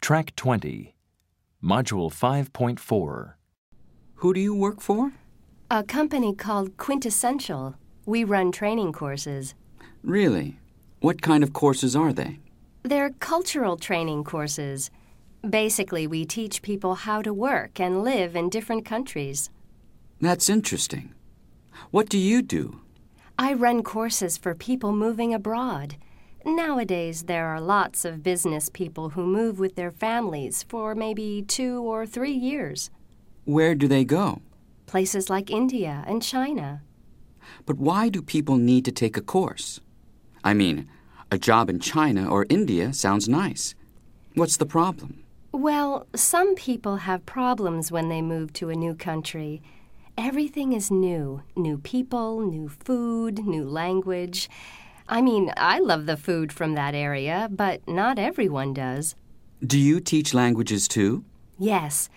Track 20, Module 5.4. Who do you work for? A company called Quintessential. We run training courses. Really? What kind of courses are they? They're cultural training courses. Basically, we teach people how to work and live in different countries. That's interesting. What do you do? I run courses for people moving abroad. Nowadays, there are lots of business people who move with their families for maybe two or three years. Where do they go? Places like India and China. But why do people need to take a course? I mean, a job in China or India sounds nice. What's the problem? Well, some people have problems when they move to a new country. Everything is new new people, new food, new language. I mean, I love the food from that area, but not everyone does. Do you teach languages too? Yes,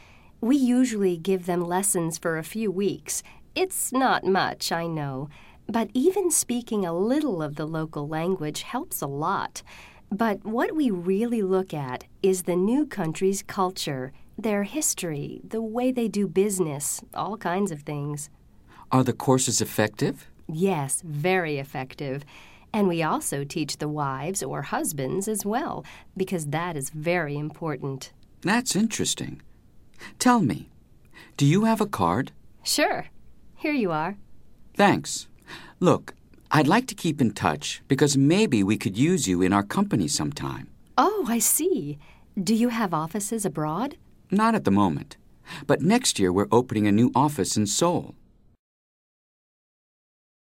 we usually give them lessons for a few weeks. It's not much, I know, but even speaking a little of the local language helps a lot. But what we really look at is the new country's culture, their history, the way they do business, all kinds of things. Are the courses effective? Yes, very effective. And we also teach the wives or husbands as well, because that is very important. That's interesting. Tell me, do you have a card? Sure. Here you are. Thanks. Look, I'd like to keep in touch because maybe we could use you in our company sometime. Oh, I see. Do you have offices abroad? Not at the moment, but next year we're opening a new office in Seoul.